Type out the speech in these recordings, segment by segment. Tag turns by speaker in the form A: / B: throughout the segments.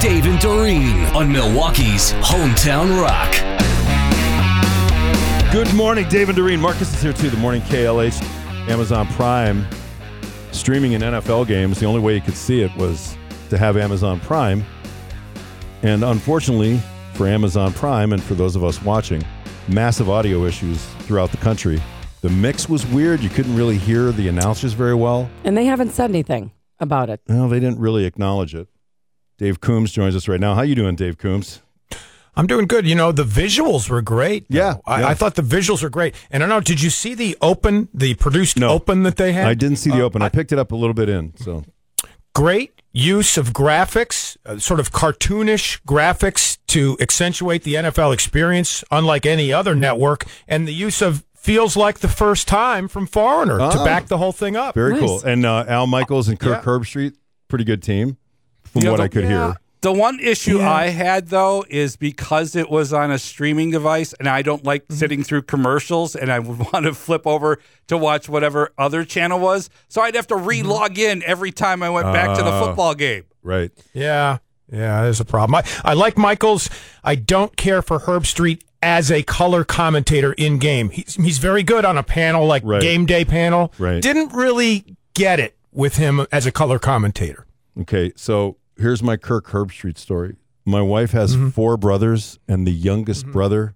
A: Dave and Doreen on Milwaukee's Hometown Rock.
B: Good morning, Dave and Doreen. Marcus is here too. The morning KLH, Amazon Prime, streaming in NFL games. The only way you could see it was to have Amazon Prime. And unfortunately for Amazon Prime and for those of us watching, massive audio issues throughout the country. The mix was weird. You couldn't really hear the announcers very well.
C: And they haven't said anything about it.
B: Well, they didn't really acknowledge it. Dave Coombs joins us right now. How you doing, Dave Coombs?
D: I'm doing good. You know, the visuals were great.
B: Yeah,
D: I,
B: yeah.
D: I thought the visuals were great. And I don't know, did you see the open, the produced
B: No.
D: open that they had?
B: I didn't see the open. I picked it up a little bit in. So
D: Great use of graphics, uh, sort of cartoonish graphics to accentuate the NFL experience, unlike any other network. And the use of feels like the first time from Foreigner to
B: Ah.
D: back the whole thing up.
B: Very
C: Nice.
B: cool. And uh, Al Michaels and Kirk
D: Yeah.
B: Herbstreit, pretty good team, from
D: You know,
B: what
D: the-
B: I could
D: yeah.
B: hear.
E: The one issue I had though is because it was on a streaming device and I don't like sitting through commercials and I would want to flip over to watch whatever other channel was. So I'd have to re log in every time I went back to the
B: Oh.
E: football game.
B: Right.
D: Yeah, yeah, there's a problem. I, I like Michaels. I don't care for Herb Street as a color commentator in game. He's, he's very good on a panel like
B: Right.
D: game day panel.
B: Right.
D: Didn't really get it with him as a color commentator.
B: Okay. So here's my Kirk Herbstreit story. My wife has four brothers, and the youngest brother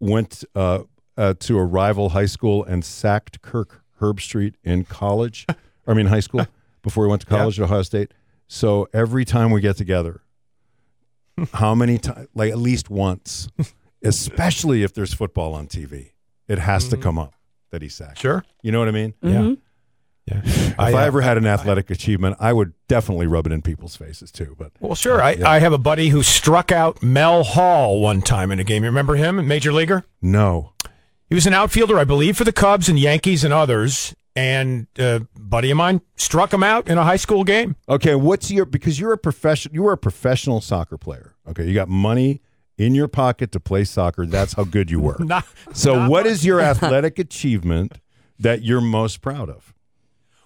B: went uh, uh, to a rival high school and sacked Kirk Herbstreit in college. I mean, high school before he went to college at Ohio State. So every time we get together, how many times? Like at least once, especially if there's football on TV, it has to come up that he sacked.
D: Sure.
B: You know what I mean?
D: Yeah.
B: If I,
D: uh,
B: ever had an athletic achievement, I would definitely rub it in people's faces too. But
D: well, sure. I, I have a buddy who struck out Mel Hall one time in a game. You remember him, a major leaguer?
B: no,
D: He was an outfielder, I believe, for the Cubs and Yankees and others. And uh, a buddy of mine struck him out in a high school game.
B: okay. What's your because you're a profession you were a professional soccer player. Okay, you got money in your pocket to play soccer. That's how good you were.
D: Not,
B: so, what is your athletic achievement that you're most proud of?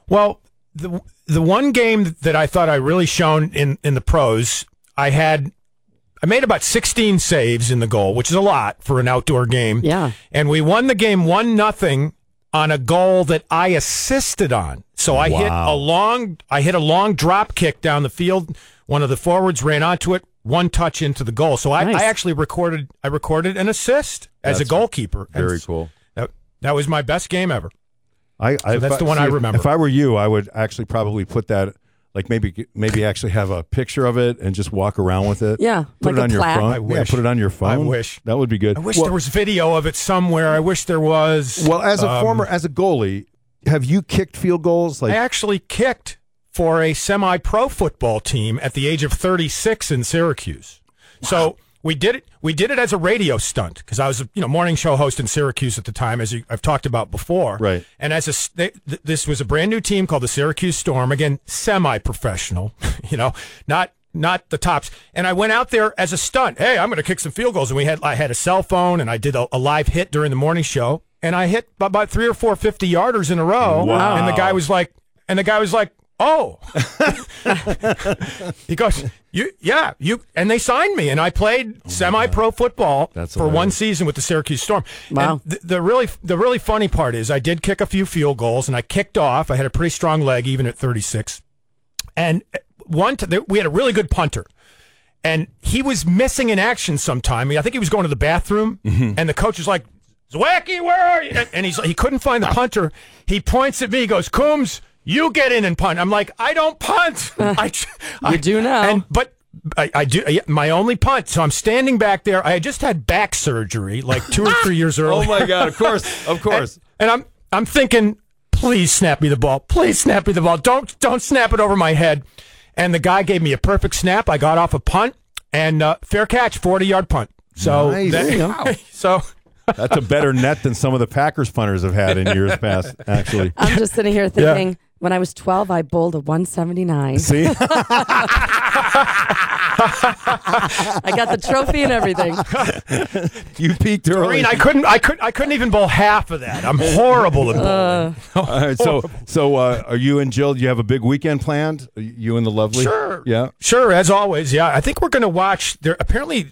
D: Well, the the one game that I thought I really shone in in the pros, I had I made about 16 saves in the goal, which is a lot for an outdoor game.
C: Yeah.
D: And we won the game 1 nothing on a goal that I assisted on. So I hit
B: Wow.
D: a long I hit a long drop kick down the field. One of the forwards ran onto it, one touch into the goal. So I,
C: Nice.
D: I actually recorded I recorded an assist as
B: That's
D: a goalkeeper. And
B: Very
D: s-
B: cool.
D: That, that was my best game ever.
B: I, I
D: that's
B: if
D: the one I
B: if-
D: remember.
B: If I were you, I would actually probably put that like maybe maybe actually have a picture of it and just walk around with it.
C: Yeah,
B: put
C: like
B: it
C: a
B: on
C: plaque.
B: your phone.
D: I
B: Yeah,
D: wish.
B: put it on your phone.
D: I wish.
B: that would be good.
D: I wish
B: Well-
D: there was video of it somewhere. I wish there was.
B: Well, as a
D: Um,
B: former, as a goalie, have you kicked field goals? Like,
D: I actually kicked for a semi-pro football team at the age of 36 in Syracuse. So we did it. We did it as a radio stunt because I was a you know morning show host in Syracuse at the time, as you, I've talked about before.
B: Right.
D: And as a s- they, th- this was a brand new team called the Syracuse Storm. Again, semi-professional. You know, not not the tops. And I went out there as a stunt. Hey, I'm going to kick some field goals. And we had I had a cell phone and I did a, a live hit during the morning show. And I hit about three or four 50 yarders in a row.
B: Wow.
D: And the guy was like, and the guy was like, oh. he goes, you, yeah, you. And they signed me, and I played semi-pro football
B: Oh That's
D: for one
B: hilarious.
D: season with the Syracuse Storm.
C: Wow.
D: And th- the really, the really funny part is, I did kick a few field goals, and I kicked off. I had a pretty strong leg, even at 36. And one, t- we had a really good punter and he was missing in action sometime. I think he was going to the bathroom,
C: Mm-hmm.
D: and the coach was like, "Zwacky, where are you?" And- And he's he couldn't find the
C: Ah.
D: punter. He points at me. He goes, "Coombs, you get in and punt." I'm like, "I don't punt. I, j- I-
C: do now.
D: And but. I, I do yeah, my only punt, so I'm standing back there. I had just had back surgery like two
C: Ah!
D: or three years earlier.
B: Oh
C: Oh,
B: god! Of course, of course.
D: And I'm I'm thinking, please snap me the ball. Please snap me the ball. Don't don't snap it over my head. And the guy gave me a perfect snap. I got off a punt and uh, fair catch, forty yard punt. So
B: Nice.
D: that-
B: There you
D: so
B: That's a better net than some of the Packers punters have had in years past. Actually,
C: I'm just sitting here thinking When I was 12, I bowled a 179.
B: See,
C: I got the trophy and everything.
B: you peaked early.
D: Green, I couldn't. I could. I couldn't even bowl half of that. I'm horrible at bowling.
B: All right, so, so uh, are you and Jill? Do you have a big weekend planned? Are You and the lovely.
D: Sure.
B: Yeah.
D: Sure, as always. Yeah, I think we're going to watch. There apparently,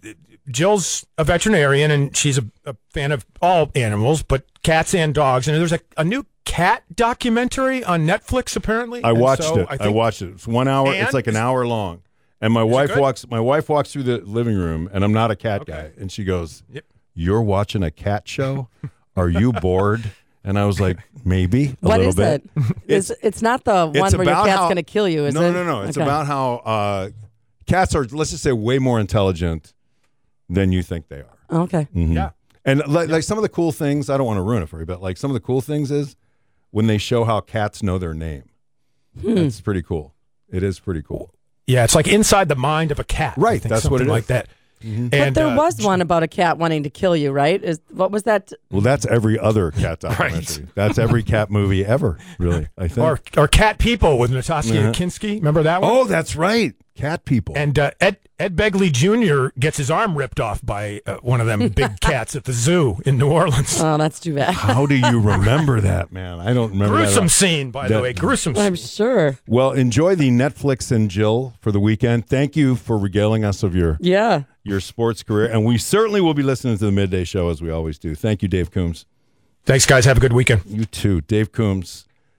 D: Jill's a veterinarian and she's a, a fan of all animals, but cats and dogs. And there's a, a new cat documentary on Netflix. Apparently,
B: I
D: And
B: watched
D: so
B: it. I, watched it. It's one hour.
D: And-
B: It's like an hour long. And my wife
D: good?
B: walks. My wife walks through the living room, and I'm not a cat guy. And she goes, "You're watching a cat show? Are you bored?" And I was like, "Maybe a
C: What
B: little
C: is
B: bit."
C: it? It's, it's not the one where your cat's
B: how-
C: going to kill you, is
B: no,
C: it?
B: No, no, It's
C: Okay.
B: about how uh, cats are. Let's just say way more intelligent than you think they are.
C: Okay.
B: mm-hmm.
D: Yeah.
B: And like, like some of the cool things, I don't want to ruin it for you, but like some of the cool things is when they show how cats know their name.
C: Hmm.
B: That's pretty cool. It is pretty cool.
D: Yeah, it's like inside the mind of a cat. I
B: Right,
D: think,
B: that's what
D: something
B: it
D: like
B: is. Mm-hmm.
D: that.
C: But
D: And,
C: there
D: uh,
C: was one about a cat wanting to kill you, right? Is What was that?
B: Well, that's every other cat documentary. That's every cat movie ever, really. I think.
D: or or cat people with Nataski and Kinski. Remember that one?
B: Uh-huh. oh, that's right. Cat people.
D: And uh, Ed Ed Begley Jr. gets his arm ripped off by uh, one of them big cats at the zoo in New Orleans.
C: Oh, that's too bad.
B: how do you remember that, man? I don't remember. that at all.
D: gruesome scene, by
B: That-
D: the way. Gruesome.
C: I'm
D: Scene.
C: sure.
B: Well, enjoy the Netflix and Jill for the weekend. Thank you for regaling us of your
C: Yeah.
B: your sports career, and we certainly will be listening to the midday show as we always do. Thank you, Dave Coombs.
D: Thanks, guys. Have a good weekend.
B: You too, Dave Coombs.